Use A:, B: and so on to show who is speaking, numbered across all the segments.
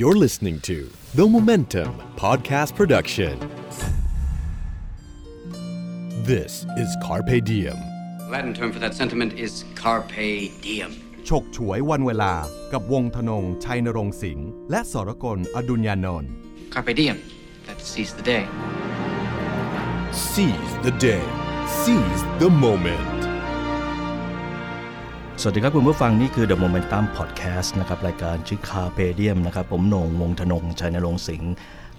A: You're listening to The Momentum Podcast Production. This is Carpe Diem.
B: Latin term for that sentiment is carpe diem.
C: ฉกฉวยวันเวลา กับวงธนง ชัยนรงค์สิงห์และสรกลอดุญญานนท์
B: Carpe diem. Let's seize the day.
A: Seize the day. Seize the moment.
D: สวัสดีครับคุณผู้ฟัง นี่คือ The Momentum Podcast นะครับ รายการชื่อคาเ e เดียมนะครับ ผมโหน่งวงธนง ชัยนรงค์สิงห์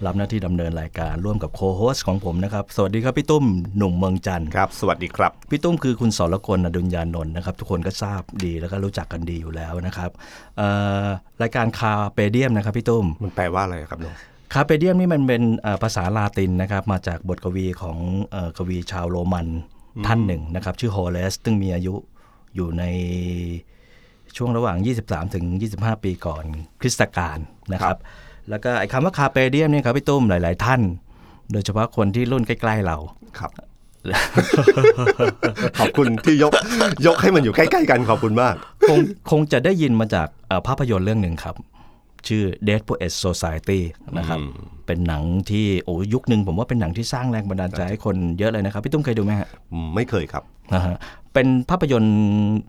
D: รับหน้าที่ดำเนินรายการร่วมกับโคโฮสของผมนะครับ สวัสดีครับ พี่ตุ้มหนุ่มเมืองจันทร์
E: ครับ สวัสดีครับ
D: พี่ตุ้มคือคุณสรกลอดุญญานนท์นะครับ ทุกคนก็ทราบดีแล้วก็รู้จักกันดีอยู่แล้วนะครับเอ่อรายการคาเ e เดียมนะครับพี่ตุ้ม
E: มันแปลว่าอะไรครับหนุ่ม
D: คาเปเดียมนี่มันเป็นเอ่อภาษาลาตินนะครับมาจากบทกวีของเอ่อกวีชาวโรมันท่านหนึ่งนะครับชื่อโฮเลสซึ่งมีอายุอยู่ในช่วงระหว่าง 23 ถึง 25 ปีก่อนคริสตกาลนะครับ แล้วก็ไอ้คำว่าคาเปเดียมเนี่ยครับพี่ตุ้มหลาย ๆ ท่าน โดยเฉพาะคนที่รุ่นใกล้ ๆ เรา
E: ครับ ขอบคุณที่ยกยกให้มันอยู่ใกล้ๆกันขอบคุณมาก
D: คง คงจะได้ยินมาจากเอ่อภาพยนตร์เรื่องหนึ่งครับ ชื่อ Dead Poets Society นะครับ เป็นหนังที่โอ้ยุคหนึ่งผมว่าเป็นหนังที่สร้างแรงบันดาลใจให้คนเยอะเลยนะครับ พี่ตุ้มเคยดูไหมฮะ
E: ไม่เคยครับ
D: นะฮะเป็นภาพยนตร์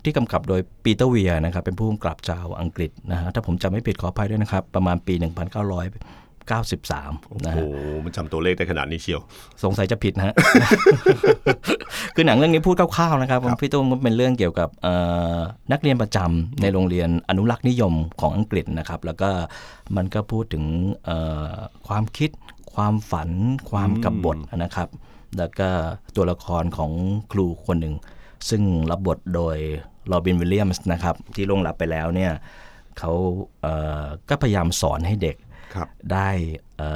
D: ที่กำกับโดยปีเตอร์เวียนะครับ เป็นผู้กำกับชาวอังกฤษนะฮะถ้าผมจำไม่ผิดขออภัยด้วยนะครับ ประมาณปี 1993 นะฮะ
E: โอ้โหมันจำตัวเลขได้ขนาดนี้เชียว
D: สงสัยจะผิดนะฮ ะ คือหนังเรื่องนี้พูดคร่าวๆนะครับพี่ตุ้มก็เป็นเรื่องเกี่ยวกับเอ่อนักเรียนประจำในโรงเรียนอนุรักษ์นิยมของอังกฤษนะครับ แล้วก็มันก็พูดถึงเอ่อความคิด ความฝัน ความกับบทนะครับ แล้วก็ตัวละครของครูคนหนึ่ง ซึ่งรับบทโดยโรบินวิลเลียมส์นะครับที่ล่วงลับไปแล้วเนี่ยเขาเอ่อก็พยายามสอนให้เด็ก
E: ครับ
D: ได้เอ่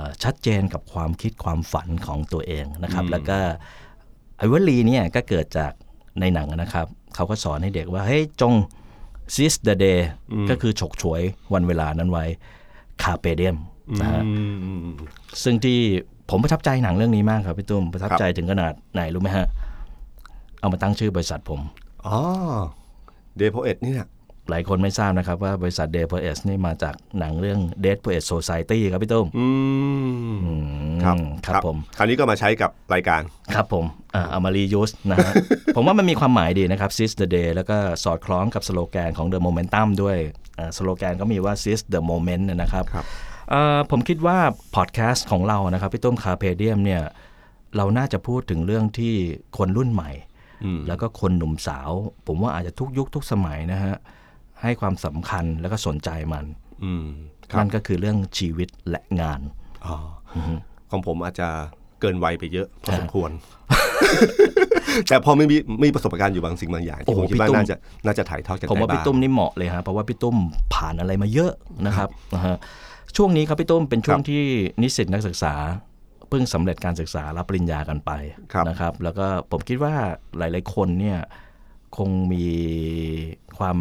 D: อชัดเจนกับความคิดความฝันของตัวเองนะครับ แล้วก็ไอ้วลีเนี่ยก็เกิดจากในหนังนะครับ เขาก็สอนให้เด็กว่า เฮ้ย จง seize the day ก็คือฉกฉวยวันเวลานั้นไว้คาเปเดียมนะฮะ ซึ่งที่ผมประทับใจหนังเรื่องนี้มากครับพี่ตุ้มประทับ
E: ครับ
D: ใจถึงขนาดไหนรู้ไหมฮะ เอามาตั้งชื่อบริษัทผม
E: อ๋อเดโพเอตนี่นะ
D: หลายคนไม่ทราบนะครับว่าบริษัท d e p o e t s นี่มาจากหนังเรื่อง Dead Poets Society ครับพี่ตุ้ม
E: อืม
D: อืมครับผม
E: คราวนี้ก็มาใช้กับรายการ
D: ครับผมอ่าเอามารียูสนะฮะ ผมว่ามันมีความหมายดีนะครับ seize the day แล้วก็สอดคล้องกับสโลแกนของ the momentum ด้วยอ่าสโลแกนก็มีว่า seize the moment นะครับ
E: ครับ
D: เอ่อผมคิดว่า podcast ของเรานะครับ พี่ต้มคาเพเดียมเนี่ย เราน่าจะพูดถึงเรื่องที่คนรุ่นใหม่ แล้วก็คนหนุ่มสาว ผมว่าอาจจะทุกยุคทุกสมัยนะฮะ ให้ความสำคัญแล้วก็สนใจมันมันก็คือเรื่องชีวิตและงาน
E: อ๋ออของผมอาจจะเกินวัยไปเยอะพอสมควร แต่พอไม่มีไม่มีประสบการณ์อยู่บางสิ่งบางอย่างที่
D: โอ้
E: ผ
D: โห
E: มคิดว่า
D: พี่ตุ้ม
E: น่าจะน่าจะถ่ายทอดกัน
D: ผม
E: ได้
D: ว่า
E: บ้า
D: พี่ตุ้ม
E: ง
D: นี่เหมาะเลยฮะเพราะว่าพี่ตุ้มผ่านอะไรมาเยอะนะครับนะฮะช่วงนี้ครับพี่ตุ้มเป็นช่วง
E: ครับ
D: ที่นิสิตนักศึกษา เพิ่งสำเร็จการศึกษารับปริญญากันไป
E: ครับ
D: นะครับ แล้วก็ผมคิดว่าหลาย ๆ คนเนี่ยคงมีความ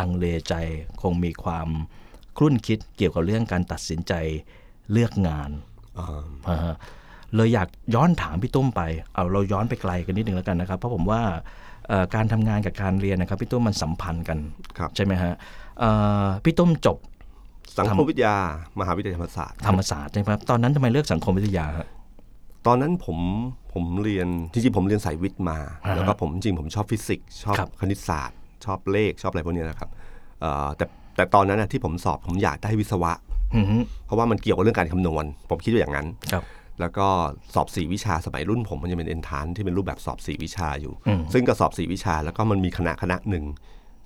D: ลังเลใจ คงมีความครุ่นคิดเกี่ยวกับเรื่องการตัดสินใจเลือกงาน
E: อ่า
D: อ่าฮะเลยอยากย้อนถามพี่ตุ้มไป เอาเราย้อนไปไกลกันนิดนึงแล้วกันนะครับ เพราะผมว่าเอ่อการทำงานกับการเรียนนะครับพี่ตุ้มมันสัมพันธ์กัน
E: ครับ
D: ใช่ไหมฮะเอ่อพี่ตุ้มจบ
E: สังคมวิทยา มหาวิทยาลัยธรรมศาสตร์
D: ธรรมศาสตร์ใช่ไหมครับตอนนั้นทำไมเลือกสังคมวิทยาฮะ
E: ตอนนั้นผมผมเรียนจริงๆผมเรียนสายวิทย์มา แล้วก็ผมจริงๆผมชอบฟิสิกส์ชอบ
D: ครับ
E: คณิตศาสตร์ ชอบเลขชอบอะไรพวกเนี้ยนะครับเอ่อแต่แต่ตอนนั้นนะที่ผมสอบผมอยากได้วิศวะ
D: อือฮึ
E: เพราะว่ามันเกี่ยวกับเรื่องการคำนวณ ผมคิดว่าอย่างนั้น
D: ครับ
E: แล้วก็สอบ 4 วิชาสมัยรุ่นผมมันจะเป็นเอนทานที่เป็นรูปแบบสอบ 4 วิชาอยู่ ซึ่งก็สอบ 4 วิชาแล้วก็มันมีคณะคณะหนึ่ง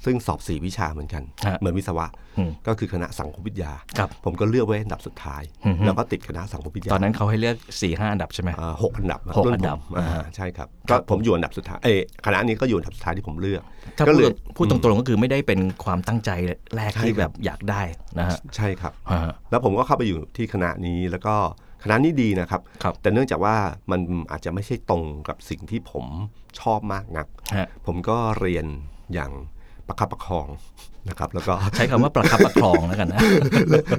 E: ซึ่งสอบ 4 วิชาเหมือนกัน
D: ฮะ
E: เหมือนวิศวะ
D: อืม
E: ก็คือคณะสังคมวิทยา
D: ครับ
E: ผมก็เลือกไว้อันดับสุดท้าย
D: อือฮึ
E: แล้วก็ติดคณะสังคมวิทยา
D: ตอนนั้นเขาให้เลือก4ี่ห้าอันดับใช่ไหม
E: อ่าหกอันดับะ
D: หก
E: รุ่
D: อันดับ
E: ผมอ่า
D: อ่า
E: ใช่ครับก็ผมอยู่อันดับสุดท้ายเอยคณะนี้ก็อยู่อันดับสุดท้ายที่ผมเลือก
D: ถ้า
E: ก็
D: พู
E: เล
D: ด
E: ย
D: พูดตรงๆก็คือไม่ได้เป็นความตั้งใจแรก
E: ใช่
D: ที่
E: ครับ
D: แบบอยากได้นะฮะ
E: ใช่ครับ
D: ฮะ
E: แล้วผมก็เข้าไปอยู่ที่คณะนี้แล้วก็คณะนี้ดีนะครับ
D: ครับ
E: แต่เนื่องจากว่ามันอาจจะไม่ใช่ตรงกับสิ่งที่ผมชอบมากนัก
D: ฮะ
E: ผมก็เรียนอย่างประคับประคองนะครับ แล้วก็
D: ใช้คำว่าประคับประคองแล้วกันนะ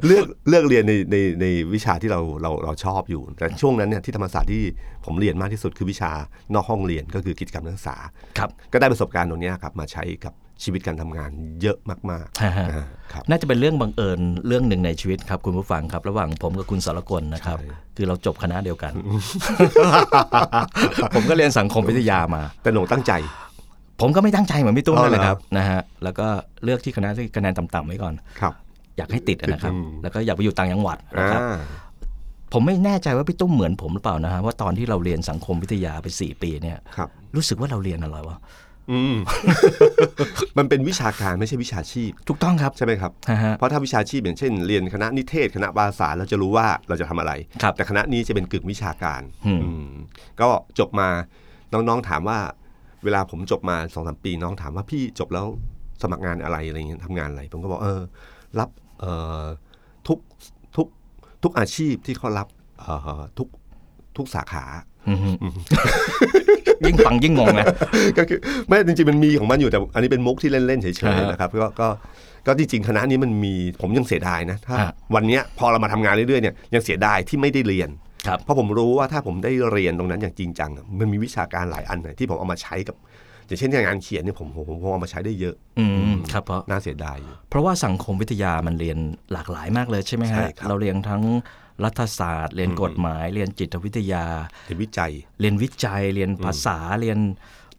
E: เลือกเลือกเรียนในในในวิชาที่เราเราเราชอบอยู่ แต่ช่วงนั้นเนี่ยที่ธรรมศาสตร์ที่ผมเรียนมากที่สุดคือวิชานอกห้องเรียนก็คือกิจกรรมนักศึกษา
D: ครับ
E: ก็ได้ประสบการณ์ตรงเนี้ยครับมาใช้กับ ชีวิตการทำงานเยอะมาก
D: ฮะฮะ
E: ๆอ่าครับ
D: น่าจะเป็นเรื่องบังเอิญเรื่องหนึ่งในชีวิตครับคุณผู้ฟังครับ ระหว่างผมกับคุณสรกลนะครับ
E: ใช่
D: คือเราจบคณะเดียว กัน ผมก็เรียนสังคมวิทยามา
E: แต่หนงตั้งใจ
D: ผมก็ไม่ตั้งใจเหมือนพี่ตุ้ม
E: อ๋อ
D: นั่นแหละ
E: เหรอ
D: ครับนะฮะแล้วก็เลือกที่คณะที่คะแนนต่ำๆไว้ก่อน
E: ครับ
D: อยากให้ติดนะครับ
E: อืม
D: แล้วก็อยากไปอยู่ต่างจังหวัด
E: อ่า
D: นะครับ ผมไม่แน่ใจว่าพี่ตุ้มเหมือนผมหรือเปล่านะฮะว่าตอนที่เราเรียนสังคมวิทยาไปสี่ปีเนี่ย
E: ครับ
D: รู้สึกว่าเราเรียนอะไรวะ
E: อืม มันเป็นวิชาการไม่ใช่วิชาชีพ
D: ถูกต้องครับ
E: ใช่ไหมครับ
D: ฮะฮะ
E: เพราะถ้าวิชาชีพอย่างเช่น เรียนคณะนิเทศ คณะภาษาเราจะรู้ว่าเราจะทำอะไร
D: ครับ
E: แต่คณะนี้จะเป็นกึ่งวิชาการ
D: อืม
E: อืมก็จบมาน้องๆถามว่า เวลาผมจบมาสองสามปีน้องถามว่าพี่จบแล้วสมัครงานอะไรอะไรเงี้ยทำงานอะไร ผมก็บอกเออ รับเอ่อทุกทุกทุกอาชีพที่เขารับเอ่อทุกทุกสาขา
D: อืม ยิ่งฟังยิ่งงงนะ
E: ก็คือไม่จริงๆมันมีของมันอยู่แต่อันนี้เป็นมุกที่เล่นๆเฉย
D: อ่าฮะ
E: ๆนะครับก็ก็ก็จริงๆคณะนี้มันมีผมยังเสียดายนะถ้า
D: ฮะ
E: วันเนี้ยพอเรามาทำงานเรื่อยๆเนี่ยยังเสียดายที่ไม่ได้เรียน
D: ครับ
E: เพราะผมรู้ว่าถ้าผมได้เรียนตรงนั้นอย่างจริงจังอะมันมีวิชาการหลายอันเลยที่ผมเอามาใช้กับ อย่างเช่นงานเขียนเนี่ยผมผมผมผมเอามาใช้ได้เยอะ
D: อืมครับเพราะ
E: น่าเสียดายอยู่
D: เพราะว่าสังคมวิทยามันเรียนหลากหลายมากเลยใช่ไหม
E: ใช่
D: ฮะ
E: ครับ
D: เราเรียนทั้งรัฐศาสตร์ เรียนกฎหมาย เรียนจิตวิทยา
E: เรียนวิจัย
D: เรียนวิจัย เรียนภาษาเรียน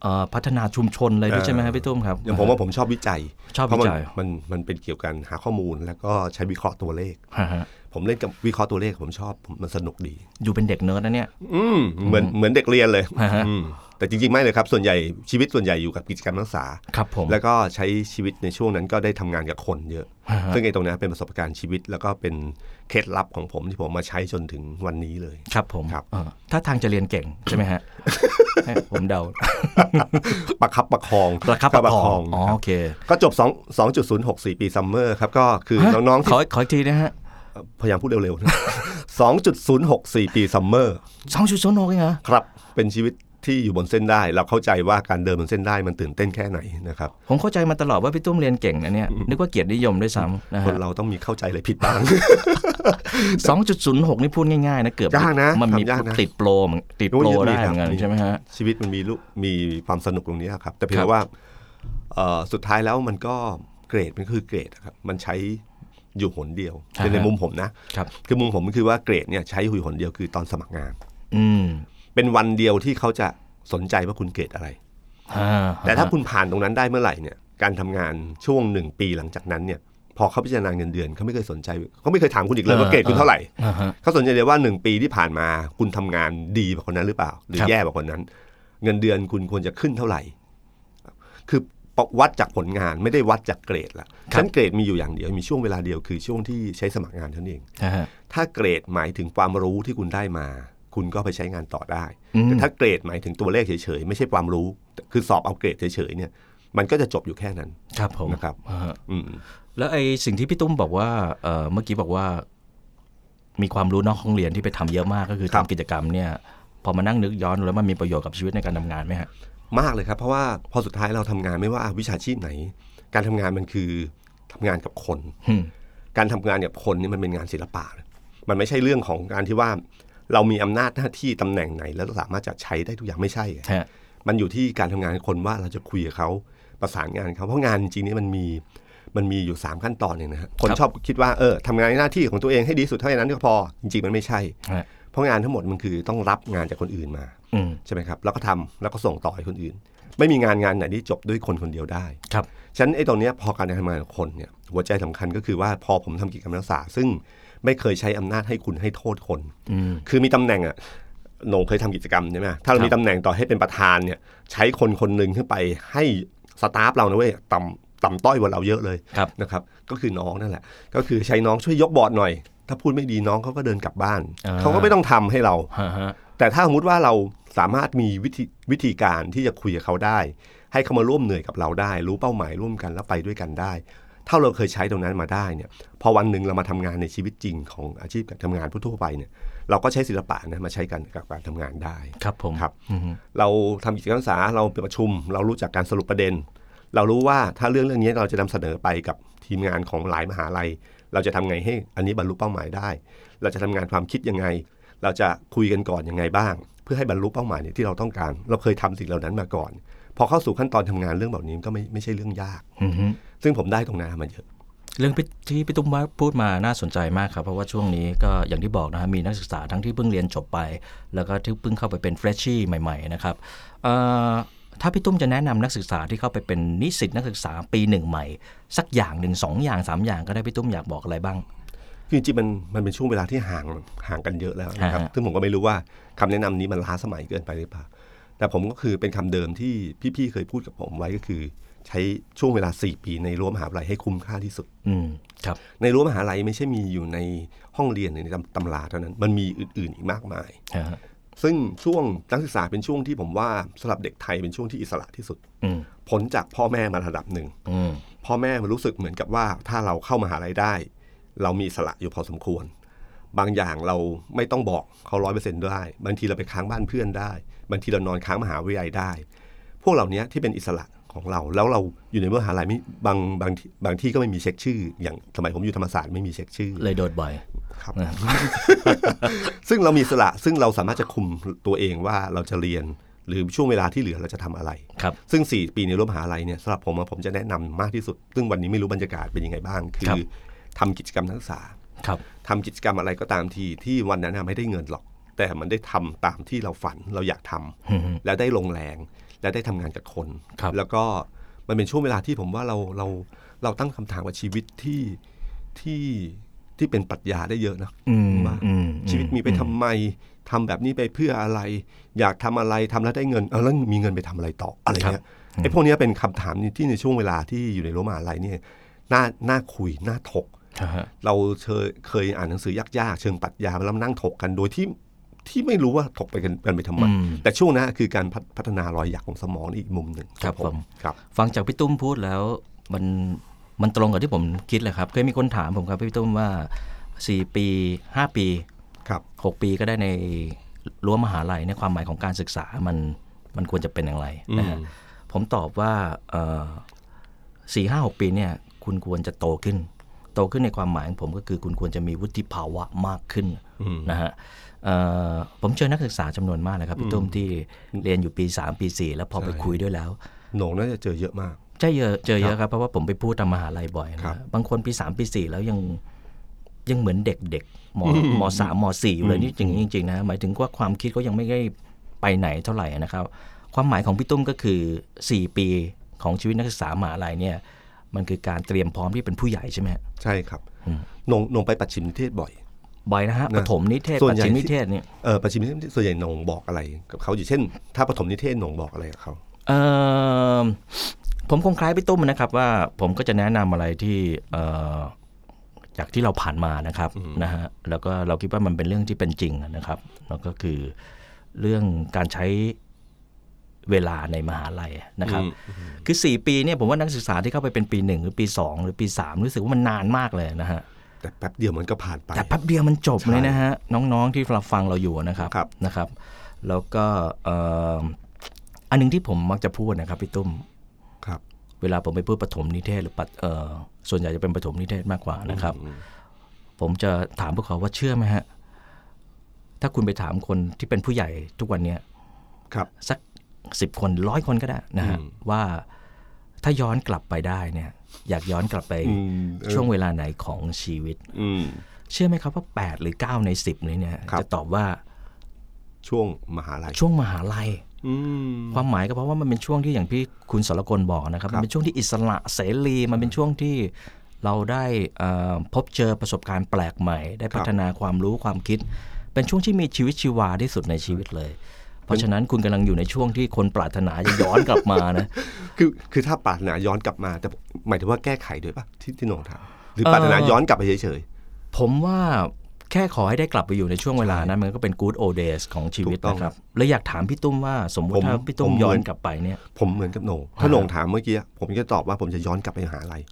D: เอ่อพัฒนาชุมชนเลยด้วยใช่ไหมครับพี่ตุ้มครับ
E: อย่างผมว่าผมชอบวิจัย
D: ชอบ
E: เพราะ
D: วิ
E: มัน
D: จัย
E: มันมันเป็นเกี่ยวกันหาข้อมูลแล้วก็ใช้วิเคราะห์ตัวเลข
D: ฮะฮะ
E: ผมเล่นกับวิเคราะห์ตัวเลขผมชอบผมมันสนุกดี
D: อยู่เป็นเด็กเนิร์ดนะเนี่ย
E: อืมเหมือนเหมือนเด็กเรียนเลย
D: ฮะฮะ
E: อืมแต่จริงๆ ไม่เลยครับ ส่วนใหญ่ชีวิตส่วนใหญ่อยู่กับกิจกรรมนักศึกษา
D: ครับผม
E: แล้วก็ใช้ชีวิตในช่วงนั้นก็ได้ทำงานกับคนเยอะ ซึ่งไอ้ตรงนี้นเป็นประสบการณ์ชีวิต แล้วก็เป็นเคล็ดลับของผมที่ผมมาใช้จนถึงวันนี้ เลย
D: ครับผม
E: ครับ
D: เออถ้าทางจะเรียนเก่งใช่ไหม ฮะ ให้ผมเดา
E: ประคับประคอง
D: ประคับประคองอ๋อ
E: ครั
D: โอบ เค
E: ก็จบ2 2.064 ปีซัมเมอร์ครับก็คือน้อง
D: ข
E: ๆที่
D: อขออีกทีนะฮะ
E: พยายามพูดเร็วๆนะ2.064 ปีซัมเมอร์
D: สองจุดศูนย์หกเองเหรอ
E: ครับเป็นชีวิตที่อยู่บนเส้นได้ เราเข้าใจว่าการเดินบนเส้นได้มันตื่นเต้นแค่ไหนนะครับ
D: ผมเข้าใจมาตลอดว่าพี่ตุ้มเรียนเก่งนะเนี่ยนึกว่าเกียรตินิยมด้วยซ้ำนะ
E: ค
D: ฮะ
E: นเราต้องมีเข้าใจอะไรผิดบ้าง
D: สองจุดศูนย์หกนี่พูดง่ายๆนะเกือบ
E: ยากนะ
D: มันมี
E: ทำยากนะ
D: ติดโปรเหมือนติด
E: โอ้
D: โปร
E: ยมี
D: ได้
E: ค
D: เห
E: รับ
D: มือนกัน
E: มี
D: ใช่ไหมฮะ
E: ชีวิตมันมีลูกมีความสนุกตรงนี้ครับ แต่เพียง
D: ครับ
E: แต่ว่าเอ่อสุดท้ายแล้วมันก็เกรดมันคือเกรดนะครับมันใช้อยู่หนเดียวคือในมุมผมนะครับ คือมุมผมก็คือว่าเกรดเนี่ยใช้อยู่หนเดียวคือตอนสมัครงาน
D: อืม
E: เป็นวันเดียวที่เขาจะสนใจว่าคุณเกรดอะไร
D: อ่า
E: แต่ถ้าคุณผ่านตรงนั้นได้เมื่อไหร่เนี่ยการทำงานช่วงหนึ่งปีหลังจากนั้นเนี่ยพอเขาพิจารณาเงินเดือนเขาไม่เคยสนใจเขาไม่เคยถามคุณอีกเลยว่าเกรดคุณเท่าไหร่
D: อ่าฮะ
E: เขาสนใจเลยว่าหนึ่งปีที่ผ่านมาคุณทำงานดีกว่าคนนั้นหรือเปล่า หรือ
D: ครับ
E: แย่กว่าคนนั้น เงินเดือนคุณควรจะขึ้นเท่าไหร่ คือวัดจากผลงานไม่ได้วัดจากเกรดละฉันเกรดมีอยู่อย่างเดียวมีช่วงเวลาเดียวคือช่วงที่ใช้สมัครงานเท่านั้นเอง
D: ฮะ
E: ถ้าเกรดหมายถึงความรู้ที่คุณได้มา คุณก็ไปใช้งานต่อได้
D: อืม
E: แต่ถ้าเกรดหมายถึงตัวเลขเฉยๆไม่ใช่ความรู้แต่คือสอบเอาเกรดเฉยๆเนี่ยมันก็จะจบอยู่แค่นั้น
D: ครับผม
E: นะครับ
D: อ่าฮะ
E: อืม
D: แล้วไอ้สิ่งที่พี่ตุ้มบอกว่าเอ่อเมื่อกี้บอกว่า มีความรู้นอกห้องเรียนที่ไปทำเยอะมากก็คือ
E: ครับ
D: ทำกิจกรรมเนี่ย พอมานั่งนึกย้อนดูแล้วมันมีประโยชน์กับชีวิตในการทำงานไหมฮะ
E: มากเลยครับ เพราะว่าพอสุดท้ายเราทำงานไม่ว่าวิชาชีพไหน การทำงานมันคือทำงานกับคน
D: อืม
E: การทำงานกับคนนี่มันเป็นงานศิลปะนะมันไม่ใช่เรื่องของการที่ว่า เรามีอำนาจหน้าที่ตำแหน่งไหน แล้วเราสามารถจะใช้ได้ทุกอย่างไม่ใช่ไง
D: ฮะ
E: มันอยู่ที่การทำงานกับคนว่าเราจะคุยกับเขาประสานงานเขาเพราะงานจริงๆนี่มันมีมันมีอยู่ 3 ขั้นตอนเองนะฮะคนชอบคิดว่าเออทำงานในหน้าที่ของตัวเองให้ดีสุดเท่านั้นก็พอจริงๆมันไม่ใช่
D: ฮะ
E: เพราะงานทั้งหมดมันคือต้องรับงานจากคนอื่นมา
D: อืม
E: ใช่ไหมครับแล้วก็ทำแล้วก็ส่งต่อให้คนอื่น ไม่มีงานงานไหนที่จบด้วยคนคนเดียวได้
D: ครับ
E: ฉะนันไอ้ตรงเนี้ยพอการทำงานกับคนเนี่ยหัวใจสำคัญก็คือว่าพอผมทำกิจกรรมนักศึกษา ซึ่งไม่เคยใช้อำนาจให้คุณให้โทษคน
D: อืม
E: คือมีตำแหน่งอะโหนงเคยทำกิจกรรมใช่ไหมถ้า
D: ค
E: เรา
D: รับ
E: มีตำแหน่งต่อให้เป็นประธานเนี่ยใช้คนคนหนึ่งขึ้นไปให้สตาฟเรานะเว้ยต่ำต่ำต้อยกว่าเราเยอะเลย
D: ครับ
E: นะครับก็คือน้องนั่นแหละ ก็คือใช้น้องช่วยยกบอร์ดหน่อย ถ้าพูดไม่ดีน้องเขาก็เดินกลับบ้าน
D: อ่า
E: เขาก็ไม่ต้องทำให้เรา
D: ฮะฮะ
E: แต่ถ้าสมมติว่าเราสามารถมีวิธีวิธีการที่จะคุยกับเขาได้ ให้เขามาร่วมเหนื่อยกับเราได้ รู้เป้าหมายร่วมกันแล้วไปด้วยกันได้ ถ้าเราเคยใช้ตรงนั้นมาได้เนี่ยพอวันหนึ่งเรามาทำงานในชีวิตจริงของอาชีพการทำงานทั่วๆไปเนี่ยเราก็ใช้ศิลปะนะมาใช้กันกับการทำงานได้
D: ครับผม
E: ครับ
D: อืม
E: เราทำกิจกรรมศึกษาเราไปประชุม เรารู้จักการสรุปประเด็น เรารู้ว่าถ้าเรื่องเรื่องนี้เราจะนำเสนอไปกับทีมงานของหลายมหาลัย เราจะทำไงให้อันนี้บรรลุเป้าหมายได้ เราจะทำงานความคิดยังไง เราจะคุยกันก่อนยังไงบ้าง เพื่อให้บรรลุเป้าหมายเนี่ยที่เราต้องการ เราเคยทำสิ่งเหล่านั้นมาก่อน พ พอเข้าสู่ขั้นตอนทำงานเรื่องแบบนี้มันก็ไม่ไม่ใช่เรื่องยาก
D: อือฮึ
E: ซึ่งผมได้ตรงนั้นมาเยอะ
D: เรื่องที่พี่ตุ้มพูดมาน่าสนใจมากครับ เพราะว่าช่วงนี้ก็อย่างที่บอกนะฮะมีนักศึกษาทั้งที่เพิ่งเรียนจบไป แล้วก็ที่เพิ่งเข้าไปเป็นเฟรชชี่ใหม่ ๆ นะครับเอ่อถ้าพี่ตุ้มจะแนะนำนักศึกษาที่เข้าไปเป็นนิสิตนักศึกษาปีหนึ่งใหม่ สักอย่างหนึ่งสองอย่างสามอย่างก็ได้พี่ตุ้มอยากบอกอะไรบ้าง
E: คือจริงๆมันมันเป็นช่วงเวลาที่ห่างห่างกันเยอะแล้วนะครับ
D: ฮะฮะ
E: ซึ่งผมก็ไม่รู้ว่าคำแนะนำนี้มันล้าสมัยเกินไปหรือเปล่า แต่ผมก็คือเป็นคำเดิมที่พี่ๆเคยพูดกับผมไว้ก็คือ ใช้ช่วงเวลา 4 ปีในรั้วมหาวิทยาลัยให้คุ้มค่าที่สุด
D: อืมครับ
E: ในรั้วมหาลัยไม่ใช่มีอยู่ในห้องเรียนหรือในตำตำราเท่านั้น มันมีอื่นๆอีกมากมาย
D: ฮะฮะ
E: ซึ่งช่วงนักศึกษาเป็นช่วงที่ผมว่าสำหรับเด็กไทยเป็นช่วงที่อิสระที่สุด
D: อืม
E: พ้นจากพ่อแม่มาระดับหนึ่ง
D: อืม
E: พ่อแม่มันรู้สึกเหมือนกับว่าถ้าเราเข้ามหาลัยได้ เรามีอิสระอยู่พอสมควร บางอย่างเราไม่ต้องบอกเขาร้อยเปอร์เซ็นต์ได้ บางทีเราไปค้างบ้านเพื่อนได้ บางทีเรานอนค้างมหาวิทยาลัยได้ พวกเหล่านี้ที่เป็นอิสระของเรา แล้วเราอยู่ในมหาลัยไม่บางบางที่บางที่ก็ไม่มีเช็คชื่อ อย่างสมัยผมอยู่ธรรมศาสตร์ไม่มีเช็คชื่อ
D: เลยโดดบ่อย
E: ครับ
D: นะ
E: ซึ่งเรามีอิสระซึ่งเราสามารถจะคุมตัวเองว่าเราจะเรียน หรือช่วงเวลาที่เหลือเราจะทำอะไร
D: ครับ
E: ซึ่ง 4 ปีในร่วมหาลัยเนี่ยสำหรับผมอะผมจะแนะนำมากที่สุด ซึ่งวันนี้ไม่รู้บรรยากาศเป็นยังไงบ้าง คื
D: ครั
E: อบ ทำกิจกรรมนักศึกษา
D: ครับ
E: ทำกิจกรรมอะไรก็ตามทีที่วันนั้นอะไม่ได้เงินหรอก แต่มันได้ทำตามที่เราฝันเราอยากทำ
D: อืม
E: แล้วได้ลงแรง และได้ทำงานกับคน
D: ครับ
E: แล้วก็มันเป็นช่วงเวลาที่ผมว่าเราเราเราตั้งคำถามกับชีวิตที่ที่ที่เป็นปรัชญาได้เยอะนะ
D: อืม
E: ว่า
D: อืม
E: ชีวิตมีไปทำไมทำแบบนี้ไปเพื่ออะไร อยากทำอะไรทำแล้วได้เงินเอาแล้วมีเงินไปทำอะไรต่ออะไรเงี้ยไอ้พวกเนี้ยเป็นคำถามที่ในช่วงเวลาที่อยู่ในรั้วมหาลัยเนี่ยน่าน่าคุยน่าถก
D: ฮะฮะ
E: เราเคยเคยอ่านหนังสือยากๆเชิงปรัชญาแล้วนั่งถกกันโดยที่ที่ไม่รู้ว่าถกไปกันกันไปทำไมแต่ช่วงนั้นคือการพัฒพัฒนารอยหยักของสมองนี่อีกมุมหนึ่ง
D: ครับผม
E: ครับ
D: ฟังจากพี่ตุ้มพูดแล้วมันมันตรงกับที่ผมคิดเลยครับ เคยมีคนถามผมครับพี่ตุ้มว่า 4 ปี 5 ปี
E: ครับ
D: 6 ปีก็ได้ในรั้วมหาลัยในยความหมายของการศึกษามันมันควรจะเป็นอย่างไรนะฮะผมตอบว่าสี่ห้าหกปีเนี่ยคุณควรจะโตขึ้น โตขึ้นในความหมายของผมก็คือคุณควรจะมีวุฒิภาวะมากขึ้นนะฮะเอ่อผมเจอนักศึกษาจำนวนมากเลยครับพี่ตุ้มที่เรียนอยู่ปี 3 ปี 4 แล้วพอไปคุยด้วยแล้ว
E: หนงน่าจะเจอเยอะมาก
D: ใช่เยอะเจอเยอะครับเพราะว่าผมไปพูดตามมหาลัยบ่อยนะครับ บางคนปีสามปีสี่แล้วยังยังเหมือนเด็กเด็กๆมมสามมสี่อยู่เลยนี่จริงนี้จริงๆนะหมายถึงว่าความคิดก็ยังไม่ได้ไปไหนเท่าไหร่นะครับ ความหมายของพี่ตุ้มก็คือ 4 ปีของชีวิตนักศึกษามหาลัยเนี่ย มันคือการเตรียมพร้อมที่เป็นผู้ใหญ่ใช่ไหมฮะ
E: ใช่ครับหนงหนงไปปัดชิมนิเทศบ่อย
D: บ่อยนะฮะ
E: นะ
D: ปฐมนิเทศ
E: ส่ว
D: ปั
E: น
D: จ
E: ใหญ่
D: ฉิมนิ
E: ที่
D: เทศเนี่ย
E: เออประชิมนิเทศส่วนใหญ่หนงบอกอะไรกับเขาอยู่เช่น ถ้าปฐมนิเทศหนงบอกอะไรกับเขา
D: เอ่อผมคงคล้ายพี่ตุ้มนะครับว่าผมก็จะแนะนำอะไรที่เอ่อ จากที่เราผ่านมานะครับนะฮะแล้วก็เราคิดว่ามันเป็นเรื่องที่เป็นจริงนะครับแล้วก็คือเรื่องการใช้เวลาในมหาลัยนะครับ คือ 4 ปีเนี่ยผมว่านักศึกษาที่เข้าไปเป็นปี 1 หรือปี 2 หรือปี 3 รู้สึกว่ามันนานมากเลยนะฮะ
E: แต่แป๊บเดียวมันก็ผ่านไป
D: แต่แป๊บเดียวมันจบเลยนะฮะน้องๆที่เราฟังเราอยู่นะครับ
E: ครับ
D: นะครับ แล้วก็เอ่ออันหนึงที่ผมมักจะพูดนะครับพี่ตุ้ม
E: ครับ
D: เวลาผมไปพูดปฐมนิเทศหรือปัดเออส่วนใหญ่จะเป็นปฐมนิเทศมากกว่านะครับ ผมจะถามพวกเขาว่าเชื่อไหมฮะ ถ้าคุณไปถามคนที่เป็นผู้ใหญ่ทุกวันเนี้ย
E: ครับ
D: สักสิบคนร้อยคนก็ได้นะฮะว่าถ้าย้อนกลับไปได้เนี่ย อยากย้อนกลับไป
E: อืมเออ
D: ช่วงเวลาไหนของชีวิต
E: อืม
D: เชื่อไหมครับว่า 8 หรือ 9 ใน 10นี้เนี่ย
E: ครับ
D: จะตอบว่า
E: ช่วงมหาลัย
D: ช่วงมหาลัย
E: อืม
D: ความหมายก็เพราะว่ามันเป็นช่วงที่อย่างที่คุณสรกลบอกนะครับ มันเป็นช่วงที่อิสระเสรีมันเป็นช่วงที่เราได้เอ่อพบเจอประสบการณ์แปลกใหม่ ได้พัฒนาความรู้ความคิด เป็นช่วงที่มีชีวิตชีวาที่สุดในชีวิตเลย เพราะฉะนั้นคุณกำลังอยู่ในช่วงที่คนปรารถนาจะย้อนกลับมา นะ
E: คือคือถ้าปรารถนาย้อนกลับมา แต่หมายถึงว่าแก้ไขด้วยป่ะที่ที่หนงถามหรือปรารถนาย้อนกลับไปเฉย
D: ผมว่าแค่ขอให้ได้กลับไปอยู่ในช่วงเวลานั้นมันก็เป็น good old days ของชีวิต
E: ถูกต้อง
D: นะครับและอยากถามพี่ตุ้มว่าสมมติ
E: ผม
D: ถ้าพี่ตุ้ม
E: ผม
D: ย้อนกลับไปเนี่ย
E: ๆ ผมเหมือนกับหนงถ้าหนงถามเมื่อกี้ผมก็ตอบว่าผมจะย้อนกลับไปมหาลัย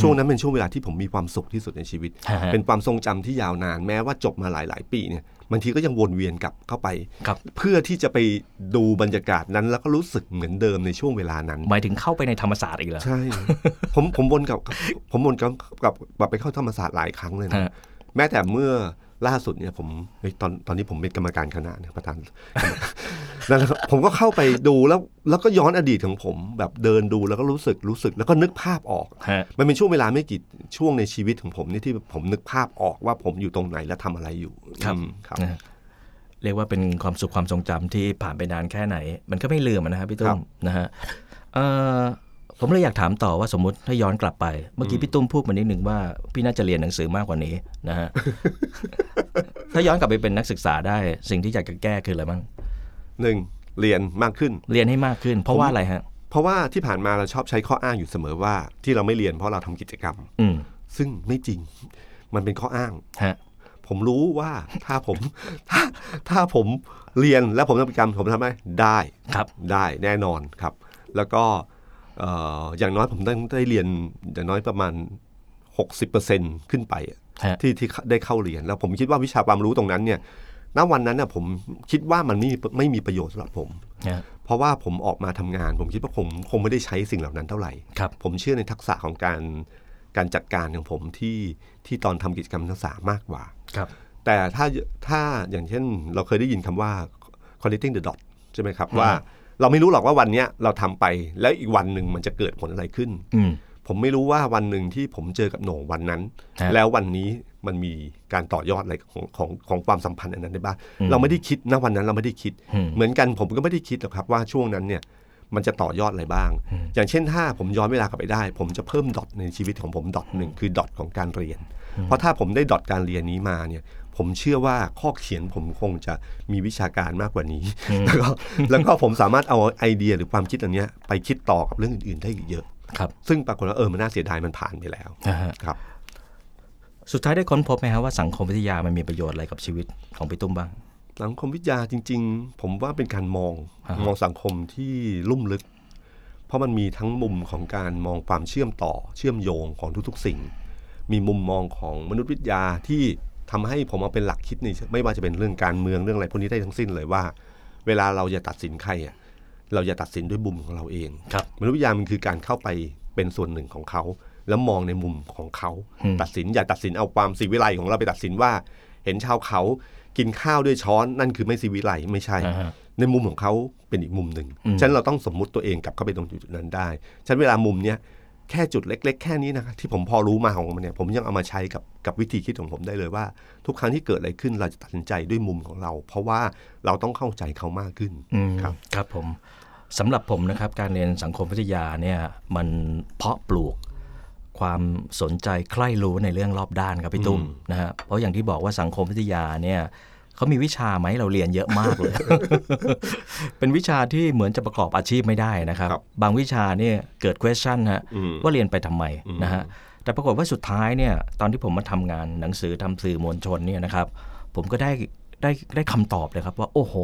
E: ช่วงนั้นเป็นช่วงเวลาที่ผมมีความสุขที่สุดในชีวิต
D: ฮะฮะ
E: เป็นความทรงจำที่ยาวนานแม้ว่าจบมาหลายหลายๆปีเนี่ยบางทีก็ยังวนเวียนกลับเข้าไป
D: ครับ
E: เพื่อที่จะไปดูบรรยากาศนั้น แล้วก็รู้สึกเหมือนเดิมในช่วงเวลานั้น
D: หมายถึงเข้าไปในธรรมศาสตร์อีกเหรอ
E: ใช่ ผมผมวนกับกับผมวนกับกับกับไปเข้าธรรมศาสตร์หลายครั้งเลยนะ
D: ฮะ
E: แม้แต่เมื่อล่าสุดเนี่ยผมเฮ้ยตอนตอนนี้ผมเป็นกรรมการคณะเนี่ยประธาน นั่นแหละครับผมก็เข้าไปดูแล้วแล้วก็ย้อนอดีตของผม แบบเดินดูแล้วก็รู้สึกรู้สึกแล้วก็นึกภาพออก
D: ฮะ
E: มันเป็นช่วงเวลาไม่กี่ช่วงในชีวิตของผมนี่ที่ผมนึกภาพออกว่าผมอยู่ตรงไหนและทำอะไรอยู่
D: ครับ
E: อืมครับ
D: นะฮะเรียกว่าเป็นความสุขความทรงจำที่ผ่านไปนานแค่ไหน มันก็ไม่ลืมอะนะครับพี่ตุ้
E: ครั
D: ม
E: บ
D: นะฮะเอ่อผมเลยอยากถามต่อว่าสมมติถ้าย้อนกลับไป เมื่อกี้พี่ตุ้มพูดมานิดหนึ่งว่าพี่น่าจะเรียนหนังสือมากกว่านี้นะฮะ ถ้าย้อนกลับไปเป็นนักศึกษาได้ สิ่งที่อยากจะแก้คืออะไรบ้าง
E: หนึ่งเรียนมากขึ้น
D: เรียนให้มากขึ้น เพราะว่าอะไรฮะ
E: เพราะว่าที่ผ่านมาเราชอบใช้ข้ออ้างอยู่เสมอว่า ที่เราไม่เรียนเพราะเราทำกิจกรรม
D: อืม
E: ซึ่งไม่จริงมันเป็นข้ออ้าง
D: ฮะ
E: ผมรู้ว่าถ้าผม ถ้าถ้าผมเรียนและผมทำกิจกรรมผมทำได้ได้
D: ครับ
E: ได้แน่นอนครับ แล้วก็เอ่ออย่างน้อยผมได้ได้เรียนอย่างน้อยประมาณ 60%ขึ้นไปอะ
D: ฮะ
E: ที่ที่ได้เข้าเรียน แล้วผมคิดว่าวิชาความรู้ตรงนั้นเนี่ยณวันนั้นน่ะผมคิดว่ามันไม่มีไม่มีประโยชน์สำหรับผม
D: ฮะ
E: เพราะว่าผมออกมาทำงาน ผมคิดว่าผมคงไม่ได้ใช้สิ่งเหล่านั้นเท่าไหร่
D: ครับ
E: ผมเชื่อในทักษะของการการจัดการของผมที่ที่ตอนทำกิจกรรมทักษะมากกว่า
D: ครับ
E: แต่ถ้าถ้าอย่างเช่นเราเคยได้ยินคำว่า connecting the dot ใช่ไหมครับ ว่าเราไม่รู้หรอกว่าวันเนี้ยเราทำไปแล้วอีกวันหนึ่งมันจะเกิดผลอะไรขึ้น
D: อืม
E: ผมไม่รู้ว่าวันหนึ่งที่ผมเจอกับโหน่งวันนั้น
D: ฮะ
E: แล้ววันนี้มันมีการต่อยอดอะไรของของของความสัมพันธ์อันนั้นได้บ้าง
D: อืม
E: เราไม่ได้คิดนะวันนั้นเราไม่ได้คิด
D: อืม
E: เหมือนกันผมก็ไม่ได้คิดหรอกครับว่าช่วงนั้นเนี่ยมันจะต่อยอดอะไรบ้าง
D: อืม
E: อย่างเช่นถ้าผมย้อนเวลากลับไปได้ ผมจะเพิ่มดอทในชีวิตของผมดอทหนึ่งคือดอทของการเรียน เพราะถ้าผมได้ดอทการเรียนนี้มาเนี่ย ผมเชื่อว่าข้อเขียนผมคงจะมีวิชาการมากกว่านี้ แล้วก็แล้วก็ผมสามารถเอาไอเดียหรือความคิดอันเนี้ยไปคิดต่อกับเรื่องอื่นๆได้อีกเยอะ
D: ครับ
E: ซึ่งปรากฏว่าเออมันน่าเสียดายมันผ่านไปแล้ว
D: นะฮะ
E: ครับ
D: สุดท้ายได้ค้นพบไหมฮะว่าสังคมวิทยามันมีประโยชน์อะไรกับชีวิตของพี่ตุ้มบ้าง
E: สังคมวิทยาจริง ๆ ผมว่าเป็นการมอง
D: อ่าฮะ
E: มองสังคมที่ลุ่มลึก เพราะมันมีทั้งมุมของการมองความเชื่อมต่อ เชื่อมโยงของทุกๆสิ่ง มีมุมมองของมนุษยวิทยาที่ทำให้ผมเอาเป็นหลักคิดในไม่ว่าจะเป็นเรื่องการเมืองเรื่องอะไรพวกนี้ได้ทั้งสิ้นเลยว่า เวลาเราจะตัดสินใครอ่ะเราอย่าตัดสินด้วยมุมของเราเอง
D: ครับ
E: มนุษยวิทยามันคือการเข้าไปเป็นส่วนหนึ่งของเขา แล้วมองในมุมของเขา
D: อืม
E: ตัดสินอย่าตัดสินเอาความสีวิไลของเราไปตัดสินว่า เห็นชาวเขากินข้าวด้วยช้อนนั่นคือไม่สีวิไลไม่ใช่
D: อ่าฮะ
E: ในมุมของเขาเป็นอีกมุมหนึ่งฉะนันเราต้องสมมุติตัวเองกลับเข้าไปตรงจุดนั้นได้ฉะนันเวลามุมเนี้ยแค่จุดเล็ก ๆ แค่นี้นะครับที่ผมพอรู้มาของมันเนี่ยผมยังเอามาใช้กับกับวิธีคิดของผมได้เลยว่า ทุกครั้งที่เกิดอะไรขึ้นเราจะตัดสินใจด้วยมุมของเรา เพราะว่าเราต้องเข้าใจเขามากขึ้น
D: อืม
E: ครับ
D: ครับผมสำหรับผมนะครับการเรียนสังคมวิทยาเนี่ยมันเพาะปลูกความสนใจใคร่รู้ในเรื่องรอบด้านครับพี่ตุ้มนะฮะเพราะอย่างที่บอกว่าสังคมวิทยาเนี่ยเขามีวิชาไหมเราเรียนเยอะมากเลย เป็นวิชาที่เหมือนจะประกอบอาชีพไม่ได้นะครับ
E: ครับ
D: บางวิชาเนี่ยเกิด question ฮะ
E: อืม
D: ว่าเรียนไปทำไมนะฮะแต่ปรากฏว่าสุดท้ายเนี่ยตอนที่ผมมาทำงานหนังสือทำสื่อมวลชนเนี่ยนะครับ ผมก็ได้ได้ได้คำตอบเลยครับว่า โอ้โห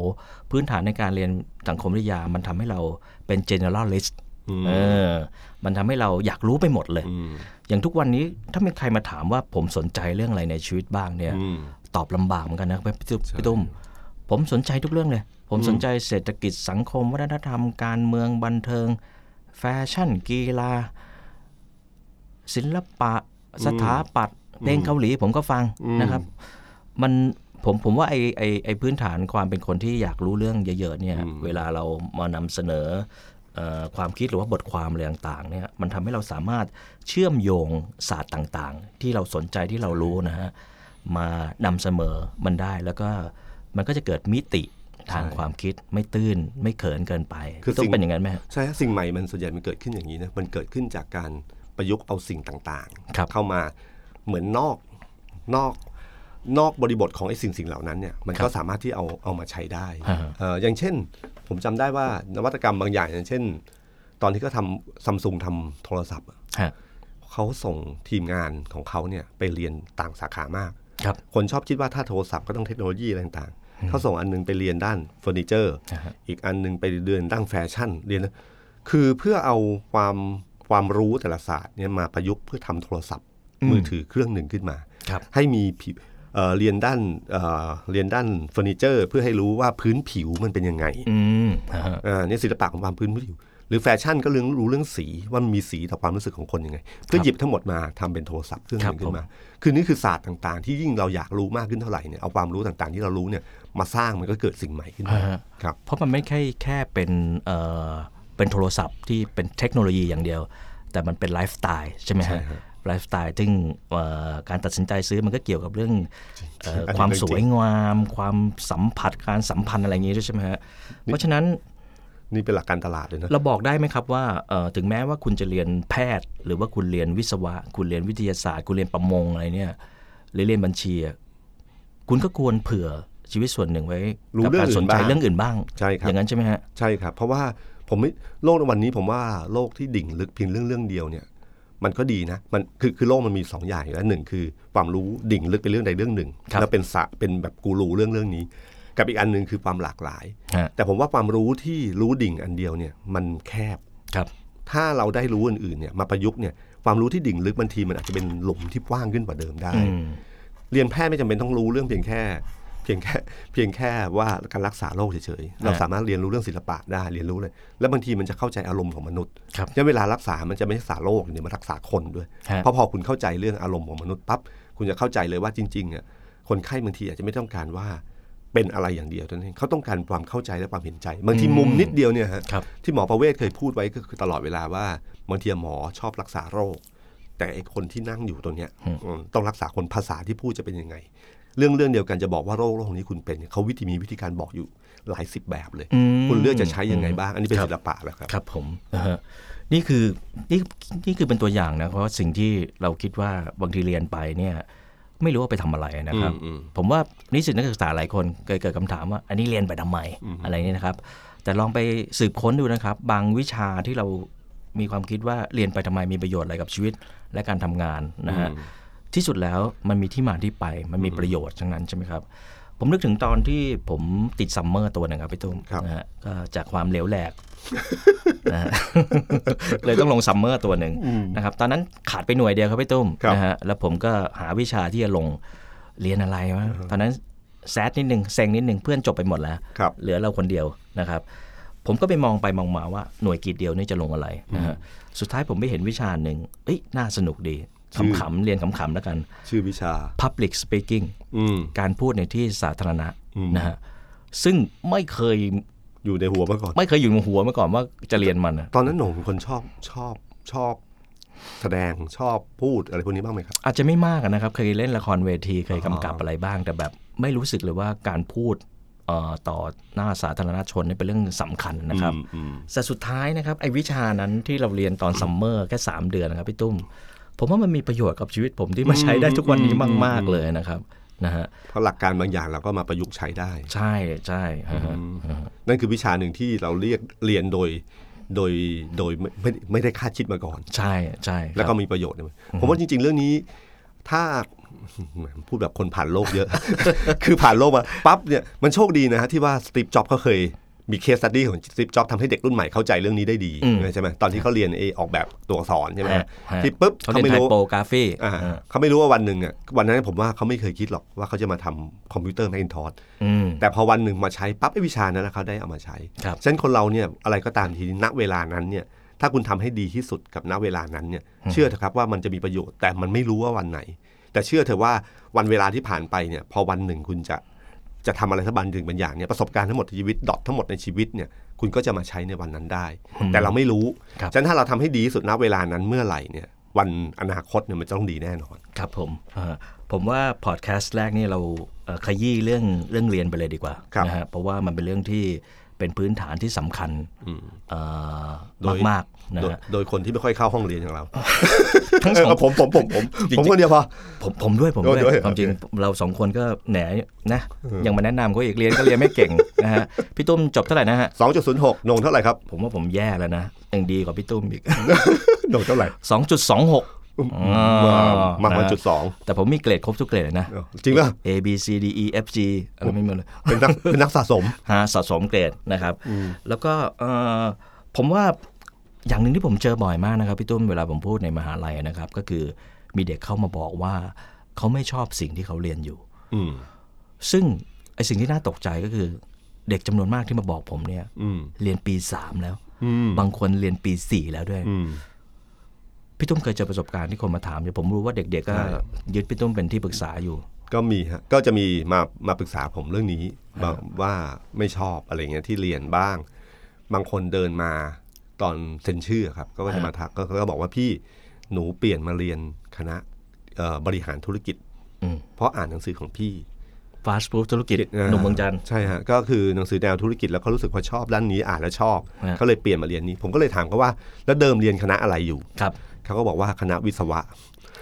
D: พื้นฐานในการเรียนสังคมวิทยามันทำให้เราเป็น generalist เออมันทำให้เราอยากรู้ไปหมดเลย อย่างทุกวันนี้ถ้ามีใครมาถามว่าผมสนใจเรื่องอะไรในชีวิตบ้างเนี่ย
E: อืม
D: ตอบลำบากเหมือนกันนะพี่ตุ้มพี่ตุ้มผมสนใจทุกเรื่องเลย ผมสนใจเศรษฐกิจสังคม วัฒนธรรมการเมืองบันเทิง แฟชั่นกีฬา ศิลปะ สถาปัตย์เพลงเกาหลีผมก็ฟังนะครับ มันผมผมว่าไอไอไอพื้นฐานความเป็นคนที่อยากรู้เรื่องเยอะๆเนี่ย เวลาเรามานำเสนอเอ่อความคิดหรือว่าบทความอะไรต่างๆเนี่ยมันทำให้เราสามารถเชื่อมโยงศาสตร์ต่างๆ ที่เราสนใจที่เรารู้นะฮะมานำเสมอมันได้แล้วก็มันก็จะเกิดมิติทางความคิดไม่ตื้นไม่เขินเกินไป
E: คือ
D: ต้อ
E: สิ่
D: ง
E: ง
D: เป็นอย่างนั้นไหมฮะ
E: ใช่ครับสิ่งใหม่มันส่วนใหญ่มันเกิดขึ้นอย่างนี้นะมันเกิดขึ้นจากการประยุกต์เอาสิ่งต่าง
D: ครับ
E: เข้ามาเหมือนนอกนอกนอกบริบทของไอ้สิ่งสิ่งเหล่านั้นเนี่ยมันก็สามารถที่เอาเอามาใช้ได้เอ่ออย่างเช่น ผมจำได้ว่านวัตกรรมบางอย่างอย่างเช่น ตอนที่เขาทำซัมซุงทำโทรศัพท์อะ
D: ฮะ
E: เขาส่งทีมงานของเขาเนี่ยไปเรียนต่างสาขามาก
D: ครับ
E: คนชอบคิดว่าถ้าโทรศัพท์ก็ต้องเทคโนโลยีอะไรต่างๆ เขาส่งอันหนึงไปเรียนด้านเฟอร์นิเจอร์
D: อ่าฮะ
E: อีกอันหนึงไปเรียนด้านแฟชั่น เรียน คือเพื่อเอาความความรู้แต่ละศาสตร์เนี่ยมาประยุกต์เพื่อทำโทรศัพท์มือถือเครื่องหนึ่งขึ้นมา
D: ครับ
E: ให้มีผิวเอ่อเรียนด้านเอ่อเรียนด้านเฟอร์นิเจอร์ เพื่อให้รู้ว่าพื้นผิวมันเป็นยังไง
D: อืมฮะ
E: อ่าเนี่ยศิลปะของความพื้นผิว หรือแฟชั่นก็เรื่องรู้เรื่องสีว่ามันมีสีต่อความรู้สึกของคนยังไง ก็หยิบทั้งหมดมาทำเป็นโทรศัพท์เครื่องหนึง
D: ครับ
E: ขึ้นมา คือนี่คือศาสตร์ต่างๆ ที่ยิ่งเราอยากรู้มากขึ้นเท่าไหร่เนี่ยเอาความรู้ต่างๆ ที่เรารู้เนี่ยมาสร้างมันก็เกิดสิ่งใหม่ขึ้นมา
D: อ่าฮะ
E: ครับ
D: เพราะมันไม่แค่แค่เป็นเอ่อเป็นโทรศัพท์ที่เป็นเทคโนโลยีอย่างเดียว แต่มันเป็นไลฟ์สไตล์ใช่ไหม
E: ใช่
D: ฮะ
E: ครับ
D: ไลฟ์สไตล์ซึ่งเอ่อการตัดสินใจซื้อมันก็เกี่ยวกับเรื่องเอ่อ
E: อันนี้
D: ความ
E: เรื่อง
D: ส
E: จริง
D: วยงาม ความสัมผัสการสัมพันธ์อะไรอย่างนี้ด้วยใช่ไหมฮะเพราะฉะนั้น
E: นี่เป็นหลักการตลาดเลยนะ
D: เราบอกได้ไหมครับว่าเอ่อถึงแม้ว่าคุณจะเรียนแพทย์ หรือว่าคุณเรียนวิศวะ คุณเรียนวิทยาศาสตร์ คุณเรียนประมงอะไรเนี่ยหรือเรียนบัญชีอะคุณก็ควรเผื่อชีวิตส่วนหนึ่งไว้
E: รู้
D: กั
E: เรื่อง
D: การสนใจ
E: อื่นบ้าง
D: เรื่องอื่นบ้าง
E: ใช่ครับ
D: อย่างนั้นใช่ไหมฮะ
E: ใช่ครับ เพราะว่าผมไม่โลกในวันนี้ผมว่าโลกที่ดิ่งลึกเพียงเรื่องเรื่องเดียวเนี่ย มันก็ดีนะมันคือคือโลกมันมีสองอย่างอยู่แล้วหนึ่งคือความรู้ดิ่งลึกไปเรื่องใดเรื่องหนึ่ง
D: ครับ
E: แล้วเป็นสะเป็นแบบกูรูเรื่องเรื่องนี้ กับอีกอันหนึ่งคือความหลากหลาย
D: ฮะ
E: แต่ผมว่าความรู้ที่รู้ดิ่งอันเดียวเนี่ยมันแคบ
D: ครับ
E: ถ้าเราได้รู้อื่นๆเนี่ยมาประยุกต์เนี่ยความรู้ที่ดิ่งลึกบางทีมันอาจจะเป็นหลุมที่กว้างขึ้นกว่าเดิมได้
D: อืม
E: เรียนแพทย์ไม่จำเป็นต้องรู้เรื่องเพียงแค่ เพียงแค่เพียงแค่ว่าการรักษาโรคเฉยๆเรา
D: ฮะ
E: สามารถเรียนรู้เรื่องศิลปะได้เรียนรู้เลยแล้วบางทีมันจะเข้าใจอารมณ์ของมนุษย์
D: ครับ
E: ยันเวลารักษามันจะไม่ใช่รักษาโรคอย่างเดียวมันรักษาคนด้วย
D: ฮะ
E: เพราะพอคุณเข้าใจเรื่องอารมณ์ของมนุษย์ปั๊บคุณจะเข้าใจเลยว่าจริงๆอ่ะคนไข้บางทีอาจจะไม่ต้องการว่าเป็นอะไรอย่างเดียวเท่านั้นเองเขาต้องการความเข้าใจและความเห็นใจบางทีมุมนิดเดียวเนี่ยฮะ
D: ครับ
E: ที่หมอประเวศเคยพูดไว้ก็คือตลอดเวลาว่าบางทีหมอชอบรักษาโรค แต่ไอ้คนที่นั่งอยู่ตรงเนี้ยอืมต้องรักษาคนภาษาที่พูดจะเป็นยังไง เรื่องเรื่องเดียวกันจะบอกว่าโรคโรคนี้คุณเป็นเนี่ยเขาวิธีมีวิธีการบอกอยู่หลายสิบแบบเลย
D: อืม
E: คุณเลือกจะใช้ยังไงบ้าง อันนี้เป็น
D: ครับ
E: ศิลปะแล้วครับ
D: ครับผมนะฮะนี่คือนี่นี่คือเป็นตัวอย่างนะ เพราะว่าสิ่งที่เราคิดว่าบางทีเรียนไปเนี่ย ไม่รู้ว่าไปทำอะไรนะครับ
E: อืมอืม
D: ผมว่านิสิตนักศึกษาหลายคนเคยเกิดคำถามว่า อันนี้เรียนไปทำไมอะไรเนี่ยนะครับ แต่ลองไปสืบค้นดูนะครับ บางวิชาที่เรามีความคิดว่าเรียนไปทำไมมีประโยชน์อะไรกับชีวิตและการทำงานนะฮะที่สุดแล้วมันมีที่มาที่ไปมันมีประโยชน์ทั้งนั้นใช่ไหมครับ ผมนึกถึงตอนที่ผมติดซัมเมอร์ตัวหนึ่งครับพี่ตุ้ม
E: ครับ
D: นะฮะก็จากความเหลวแหลก นะฮ ะ เลยต้องลงซัมเมอร์ตัวหนึ่งนะครับ ตอนนั้นขาดไปหน่วยเดียวครับพี่ตุ้ม
E: ครับ
D: นะฮะแล้วผมก็หาวิชาที่จะลงเรียนอะไรวะตอนนั้นแซดนิดหนึ่งเซ็งนิดหนึ่งเพื่อนจบไปหมดแล้ว
E: ครับ
D: เหลือเราคนเดียวนะครับ ผมก็ไปมองไปมองมาว่าหน่วยกีดเดียวนี่จะลงอะไรนะฮะสุดท้ายผมไปเห็นวิชาหนึ่งเอ้ยน่าสนุกดี
E: ชื่อ
D: ขำๆเรียนขำๆแล้วกัน
E: ชื่อวิชา
D: Public Speaking
E: อืม
D: การพูดในที่สาธารณะ
E: อืม
D: นะฮะซึ่งไม่เคย
E: อยู่ในหัวมาก่อน
D: ไม่เคยอยู่ในหัวมาก่อนว่าจะเรียนมันอะ
E: ตอนนั้นหนงเป็นคนชอบชอบชอบ แสดงชอบพูดอะไรพวกนี้บ้างไหมครับ
D: อาจจะไม่มากอะนะครับ เคยเล่นละครเวทีเคยกำกับอะไรบ้าง แต่แบบไม่รู้สึกเลยว่าการพูดเอ่อต่อหน้าสาธารณชนนี่เป็นเรื่องสำคัญนะครับ
E: อืมอืม
D: แต่สุดท้ายนะครับไอ้วิชานั้นที่เราเรียนตอนซัมเมอร์แค่3 เดือนนะครับพี่ตุ้ม ผมว่ามันมีประโยชน์กับชีวิตผมที่มาใช้ได้ทุกวันนี้มาก ๆเลยนะครับนะฮะ
E: เพราะหลักการบางอย่างเราก็มาประยุกต์ใช้ได้
D: ใช่ใช่ฮะฮะ
E: นั่นคือวิชาหนึ่งที่เราเรียกเรียนโดยโดยโดยไม่ไม่ไม่ได้คาดคิดมาก่อน
D: ใช่ใช่ครับ
E: แล้วก็มีประโยชน์ด้วยผมว่าจริง ๆ เรื่องนี้ ถ้า พูดแบบคนผ่านโลกเยอะ คือผ่านโลกมาปั๊บเนี่ยมันโชคดีนะฮะที่ว่าสตีฟจ็อบส์เขาเคยมีเคสตัดดี้ของสตีฟจ็อบส์ทำให้เด็กรุ่นใหม่เข้าใจเรื่องนี้ได้ดีใช่ไหมตอนที่เขาเรียนเอออกแบบตัวอักษรใช่ไหม
D: ฮะฮะ
E: ที่ปุ๊บ
D: เขา
E: เขา
D: เรียน
E: ไม่
D: ไท
E: รู้
D: โปกราฟี
E: อ่าเขาไม่รู้ว่าวันหนึ่งอ่ะวันนั้นผมว่าเขาไม่เคยคิดหรอกว่าเขาจะมาทำคอมพิวเตอร์แมกินทอส
D: อืม
E: แต่พอวันหนึ่งมาใช้ปั๊บไอ้วิชานั้นนะเขาได้เอามาใช้
D: ครับ
E: ฉะนั้นคนเราเนี่ยอะไรก็ตามทีณเวลานั้นเนี่ยถ้าคุณทำให้ดีที่สุดกับณเวลานั้นเนี่ยเชื่อเถอะครับว่ามันจะมีประโยชน์แต่มันไม่รู้ว่าวันไหน แต่เชื่อเถอะว่าวันเวลาที่ผ่านไปเนี่ยพอวันหนึ่งคุณจะจะทำอะไรสักบันหนึ่งบางอย่างเนี่ยประสบการณ์ทั้งหมดในชีวิตดอททั้งหมดในชีวิตเนี่ยคุณก็จะมาใช้ในวันนั้นได้ แต่เราไม่รู้
D: ครับ
E: ฉะนั้นถ้าเราทำให้ดีที่สุดณเวลานั้นเมื่อไหร่เนี่ยวันอนาคตเนี่ยมันจะต้องดีแน่นอน
D: ครับผมเอ่อผมว่าพอดแคสต์แรกนี่เราเอ่อขยี้เรื่องเรื่องเรียนไปเลยดีกว่า
E: ครับ
D: นะฮะเพราะว่ามันเป็นเรื่องที่เป็นพื้นฐานที่สำคัญเอ่อ
E: โดย
D: มากๆนะ
E: โดย
D: ฮะ
E: โดยคนที่ไม่ค่อยเข้าห้องเรียนอย่างเรา
D: ทั้งสอง
E: เผมผมผมผม
D: จริงๆ
E: ผมคนเดียวพอ
D: ผมผมด้วยผม
E: โด
D: ด้วยยค
E: โอเค
D: วามจริงเราสองคนก็แหนนะยังมาแนะนำเขาอีกเรียนก็เรียนไม่เก่ง นะฮะพี่ตุ้มจบเท่าไหร่นะฮะ
E: 2.06โหนงเท่าไหร่ครับ
D: ผมว่าผมแย่แล้วนะยังดีกว่าพี่ตุ้ม อีก
E: โหนงเท่าไหร่
D: 2.26
E: มา
D: อ่
E: มาวัน
D: นะ
E: จุดสอง
D: แต่ผมมีเกรดครบทุกเกรดเลยนะ
E: เออจริงป่ะ
D: A B C D E F G อะไรไม่มีเลย
E: เป็นนักเป็นนักสะสม
D: หาสะสมเกรดนะครับ แล้วก็เอ่อผมว่าอย่างหนึ่งที่ผมเจอบ่อยมากนะครับพี่ตุ้มเวลาผมพูดในมหาลัยนะครับ ก็คือมีเด็กเข้ามาบอกว่า เขาไม่ชอบสิ่งที่เขาเรียนอยู่
E: อืม
D: ซึ่งไอสิ่งที่น่าตกใจก็คือ เด็กจำนวนมากที่มาบอกผมเนี่ย เรียนปีสามแล้ว บางคนเรียนปีสี่แล้วด้วย พี่ตุ้มเคยเจอประสบการณ์ที่คนมาถามเนี่ยผมรู้ว่าเด็กๆก็ยึดพี่ตุ้มเป็นที่ปรึกษาอยู่
E: ก็มีฮะก็จะมีมามาปรึกษาผมเรื่องนี้บางว่าไม่ชอบอะไรเงี้ยที่เรียนบ้าง บางคนเดินมาตอนเซ็นชื่อครับ ก็จะมาทักก็ก็บอกว่าพี่หนูเปลี่ยนมาเรียนคณะเอ่อบริหารธุรกิจ
D: อืม
E: เพราะอ่านหนังสือของพี่
D: ฟาสต์ฟู้ดธุรกิจหนุ่มเมืองจันทร์
E: ใช่ฮะก็คือหนังสือแนวธุรกิจแล้วเขารู้สึกว่าชอบด้านนี้อ่านแล้วชอบ
D: ฮะ
E: เขาเลยเปลี่ยนมาเรียนนี้ ผมก็เลยถามเขาว่าแล้วเดิมเรียนคณะอะไรอยู่
D: ครับ
E: เขาก็บอกว่าคณะวิศวะ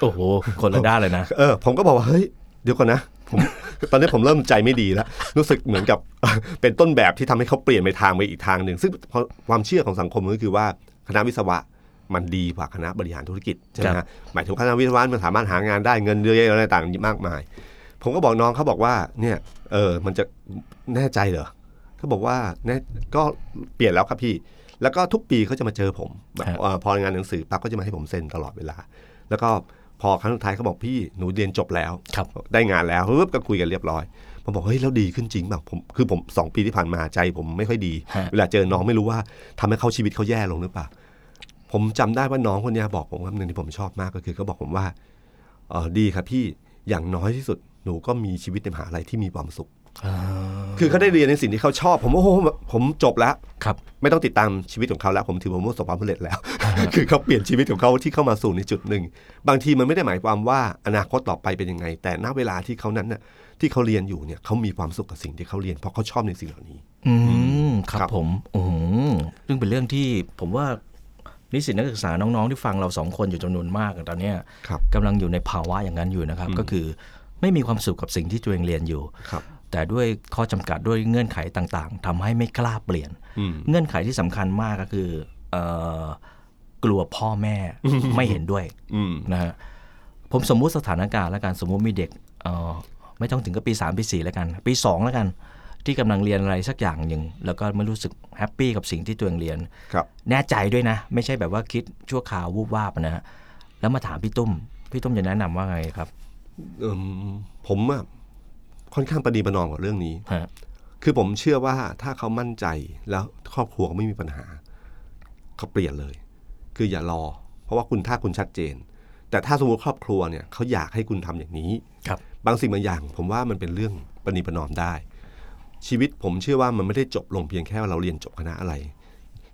D: โอ้โห คนละด้านเลยนะ
E: เออผมก็บอกว่าเฮ้ยเดี๋ยวก่อนนะผม ตอนนี้ผมเริ่มใจไม่ดีแล้ว รู้สึกเหมือนกับ เป็นต้นแบบที่ทำให้เขาเปลี่ยนไปทางไปอีกทางหนึ่งซึ่งเพราะความเชื่อของสังคมก็คือว่าคณะวิศวะมันดีกว่าคณะบริหารธุรกิจใช่ไหม
D: ครั
E: ฮะ
D: บ
E: หมายถึงคณะวิศวะมันสามารถหางานได้เงินเยอะแยะอะไรต่างๆมากมาย ผมก็บอกน้องเขาบอกว่าเนี่ยเออมันจะแน่ใจเหรอเขาบอกว่าแน่ก็เปลี่ยนแล้วครับพี่ แล้วก็ทุกปีเขาจะมาเจอผมแบบ
D: ครับ
E: เอ่อพองานหนังสือปั๊บก็จะมาให้ผมเซ็นตลอดเวลา แล้วก็พอครั้งสุดท้ายเขาบอกพี่หนูเรียนจบแล้ว
D: ครับ
E: ได้งานแล้วปุ๊บก็คุยกันเรียบร้อย ผมบอกเฮ้ยแล้วดีขึ้นจริงเปล่าผมคือผมสองปีที่ผ่านมาใจผมไม่ค่อยดี
D: ฮะ
E: เวลาเจอน้องไม่รู้ว่าทำให้เขาชีวิตเขาแย่ลงหรือเปล่า ผมจำได้ว่าน้องคนเนี้ยบอกผมคำหนึ่งที่ผมชอบมากก็คือเขาบอกผมว่าเออดีครับพี่อย่างน้อยที่สุดหนูก็มีชีวิตในมหาลัยที่มีความสุข คือเขาได้เรียนในสิ่งที่เขาชอบ ผมโอ้โหผมจบแล้ว
D: ครับ
E: ไม่ต้องติดตามชีวิตของเขาแล้ว ผมถือผมประสบความสำเร็จแล้ว คือเขาเปลี่ยนชีวิตของเขาที่เข้ามาสู่ในจุดหนึ่ง บางทีมันไม่ได้หมายความว่าอนาคตต่อไปเป็นยังไง แต่ณเวลาที่เขานั้นน่ะที่เขาเรียนอยู่เนี่ยเขามีความสุขกับสิ่งที่เขาเรียนเพราะเขาชอบในสิ่งเหล่านี้
D: อืมครับ
E: ครับ
D: ผมอืมซึ่งเป็นเรื่องที่ผมว่านิสิตนักศึกษาน้องๆที่ฟังเราสองคนอยู่จำนวนมากตอนเนี้ย
E: ครับ
D: กำลังอยู่ในภาวะอย่างนั้นอยู่นะครับ ก็คือไม่มีความสุขกับสิ่งที่ตัวเองเรียนอยู่
E: ครับ
D: แต่ด้วยข้อจำกัดด้วยเงื่อนไขต่างๆทำให้ไม่กล้าเปลี่ยน
E: อืม
D: เงื่อนไขที่สำคัญมากก็คือเอ่อกลัวพ่อแม่ไม่เห็นด้วย
E: อืม
D: นะฮะผมสมมุติสถานการณ์แล้วกันสมมุติมีเด็กเอ่อไม่ต้องถึงกับปี 3 ปี 4 แล้วกัน ปี 2 แล้วกัน ที่กำลังเรียนอะไรสักอย่างหนึ่งแล้วก็ไม่รู้สึกแฮปปี้กับสิ่งที่ตัวเองเรียน
E: ครับ
D: แน่ใจด้วยนะ ไม่ใช่แบบว่าคิดชั่วคราววูบวาบนะฮะแล้วมาถามพี่ตุ้ม พี่ตุ้มจะแนะนำว่าไงครับ
E: เอิ่มผมอะค่อนข้างประนีประนอมกับเรื่องนี้
D: ฮะ
E: คือผมเชื่อว่าถ้าเขามั่นใจแล้วครอบครัวเขาไม่มีปัญหา เขาเปลี่ยนเลย คืออย่ารอ เพราะว่าคุณถ้าคุณชัดเจน แต่ถ้าสมมติครอบครัวเนี่ยเขาอยากให้คุณทำอย่างนี้
D: ครับ
E: บางสิ่งบางอย่างผมว่ามันเป็นเรื่องประนีประนอมได้ ชีวิตผมเชื่อว่ามันไม่ได้จบลงเพียงแค่ว่าเราเรียนจบคณะอะไร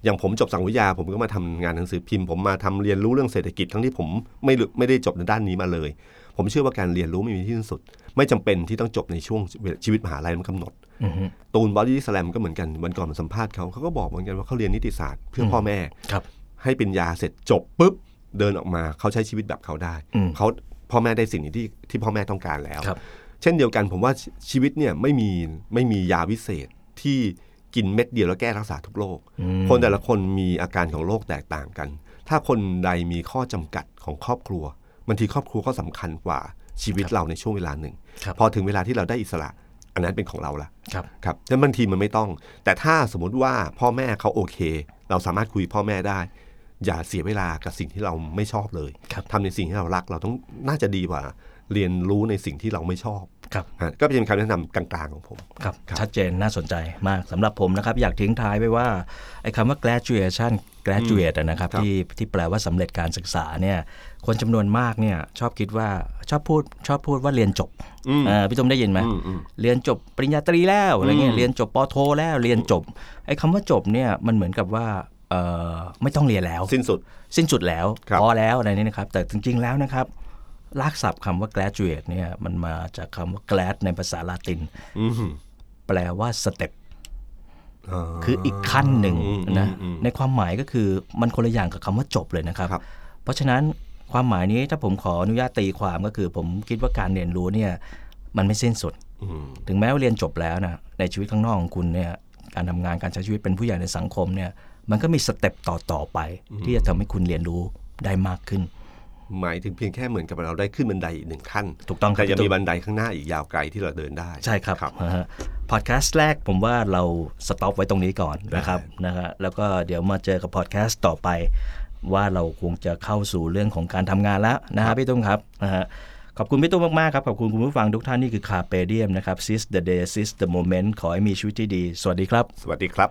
E: อย่างผมจบสังวิทยาผมก็มาทำงานหนังสือพิมพ์ ผมมาทำเรียนรู้เรื่องเศรษฐกิจทั้งที่ผมไม่รู้ไม่ได้จบในด้านนี้มาเลย ผมเชื่อว่าการเรียนรู้ไม่มีที่สิ้นสุด ไม่จำเป็นที่ต้องจบในช่วงชีวิตมหาลัยมันกำหนด
D: อือฮึ
E: ตูนบอดี้สแลมก็เหมือนกันวันก่อนผมสัมภาษณ์เขาเขาก็บอกเหมือนกันว่าเขาเรียนนิติศาสตร์เพื่ออ
D: ม
E: พ่อแม่
D: ครับ
E: ให้เป็นยาเสร็จจบปุ๊บเดินออกมาเขาใช้ชีวิตแบบเขาได้
D: อืม
E: เขาพ่อแม่ได้สิ่งที่ที่พ่อแม่ต้องการแล้ว
D: ครับ
E: เช่นเดียวกันผมว่าชชีวิตเนี่ยไม่มีไม่มียาวิเศษที่กินเม็ดเดียวแล้วแก้รักษาทุกโรคคนแต่ละคนมีอาการของโรคแตกต่างกัน ถ้าคนใดมีข้อจำกัดของครอบครัวบางทีครอบครัวก็สำคัญกว่าชีวิตเราในช่วงเวลาหนึ่ง
D: ครับ
E: พอถึงเวลาที่เราได้อิสระ อันนั้นเป็นของเราละ
D: ครับ
E: ครับฉะนั้นบางทีมันไม่ต้อง แต่ถ้าสมมติว่าพ่อแม่เขาโอเค เราสามารถคุยพ่อแม่ได้ อย่าเสียเวลากับสิ่งที่เราไม่ชอบเลย
D: ครับ
E: ทำในสิ่งที่เรารักเราต้องน่าจะดีกว่า เรียนรู้ในสิ่งที่เราไม่ชอบ
D: ครับ
E: ฮะก็เป็นคำแนะนำกลางๆของผม
D: ครับ
E: ครับ
D: ชัดเจนน่าสนใจมากสำหรับผมนะครับ อยากทิ้งท้ายไปว่าไอ้คำว่า graduation graduate อะนะครับ
E: ครับ
D: ที่ที่แปลว่าสำเร็จการศึกษาเนี่ยคนจำนวนมากเนี่ยชอบคิดว่าชอบพูดชอบพูดว่าเรียนจบ
E: อืม
D: เอ่อพี่ตุ้มได้ยินไหม
E: อืมอืม
D: เรียนจบปริญญาตรีแล้วอะไรเงี้ยเรียนจบปอโท แล้วเรียนจบไอ้คำว่าจบเนี่ยมันเหมือนกับว่าเอ่อไม่ต้องเรียนแล้ว
E: สิ้นสุด
D: สิ้นสุดแล้ว
E: ครับ
D: พอแล้วอะไรนี้นะครับ แต่จริง ๆ แล้วนะครับลากศัพท์คำว่า graduate เนี่ยมันมาจากคำว่า glad ในภาษาลาติน
E: อืม
D: แปลว่าสเต็ป
E: อ่า
D: คืออีกขั้นหนึ่ง
E: อืม
D: นะ
E: อืมอืม
D: ในความหมายก็คือมันคนละอย่างกับคำว่าจบเลยนะครับ
E: ครับ
D: เพราะฉะนั้นความหมายนี้ถ้าผมขออนุญาตตีความก็คือ ผมคิดว่าการเรียนรู้เนี่ยมันไม่สิ้นสุด
E: อืม
D: ถึงแม้ว่าเรียนจบแล้วนะในชีวิตข้างนอกของคุณเนี่ยการทำงานการใช้ชีวิตเป็นผู้ใหญ่ในสังคมเนี่ยมันก็มีสเต็ปต่อต่อๆไป ที่จะทำให้คุณเรียนรู้ได้มากขึ้น
E: หมายถึงเพียงแค่เหมือนกับเราได้ขึ้นบันไดอีกหนึ่งขั้น
D: ถูกต้องครับ
E: แต่ยัง
D: พี่
E: มี
D: ตุ้ม
E: บันไดข้างหน้าอีกยาวไกลที่เราเดินได้
D: ใช่ครับพอดแคสต์แรกผมว่าเราสต็อปไว้ตรงนี้ก่อนนะครับนะฮะแล้วก็เดี๋ยวมาเจอกับพอดแคสต์ต่อไป ว่าเราคงจะเข้าสู่เรื่องของการทำงานแล้วนะฮะพี่ตุ้มครับนะฮะขอบคุณพี่ตุ้มมาก ๆ ครับ ขอบคุณคุณผู้ฟังทุกท่านนี่คือคาเปเดียมนะครับ seize the day seize the moment ขอให้มีชีวิตที่ดี สวัสดีครับ
E: สวัสดีครับ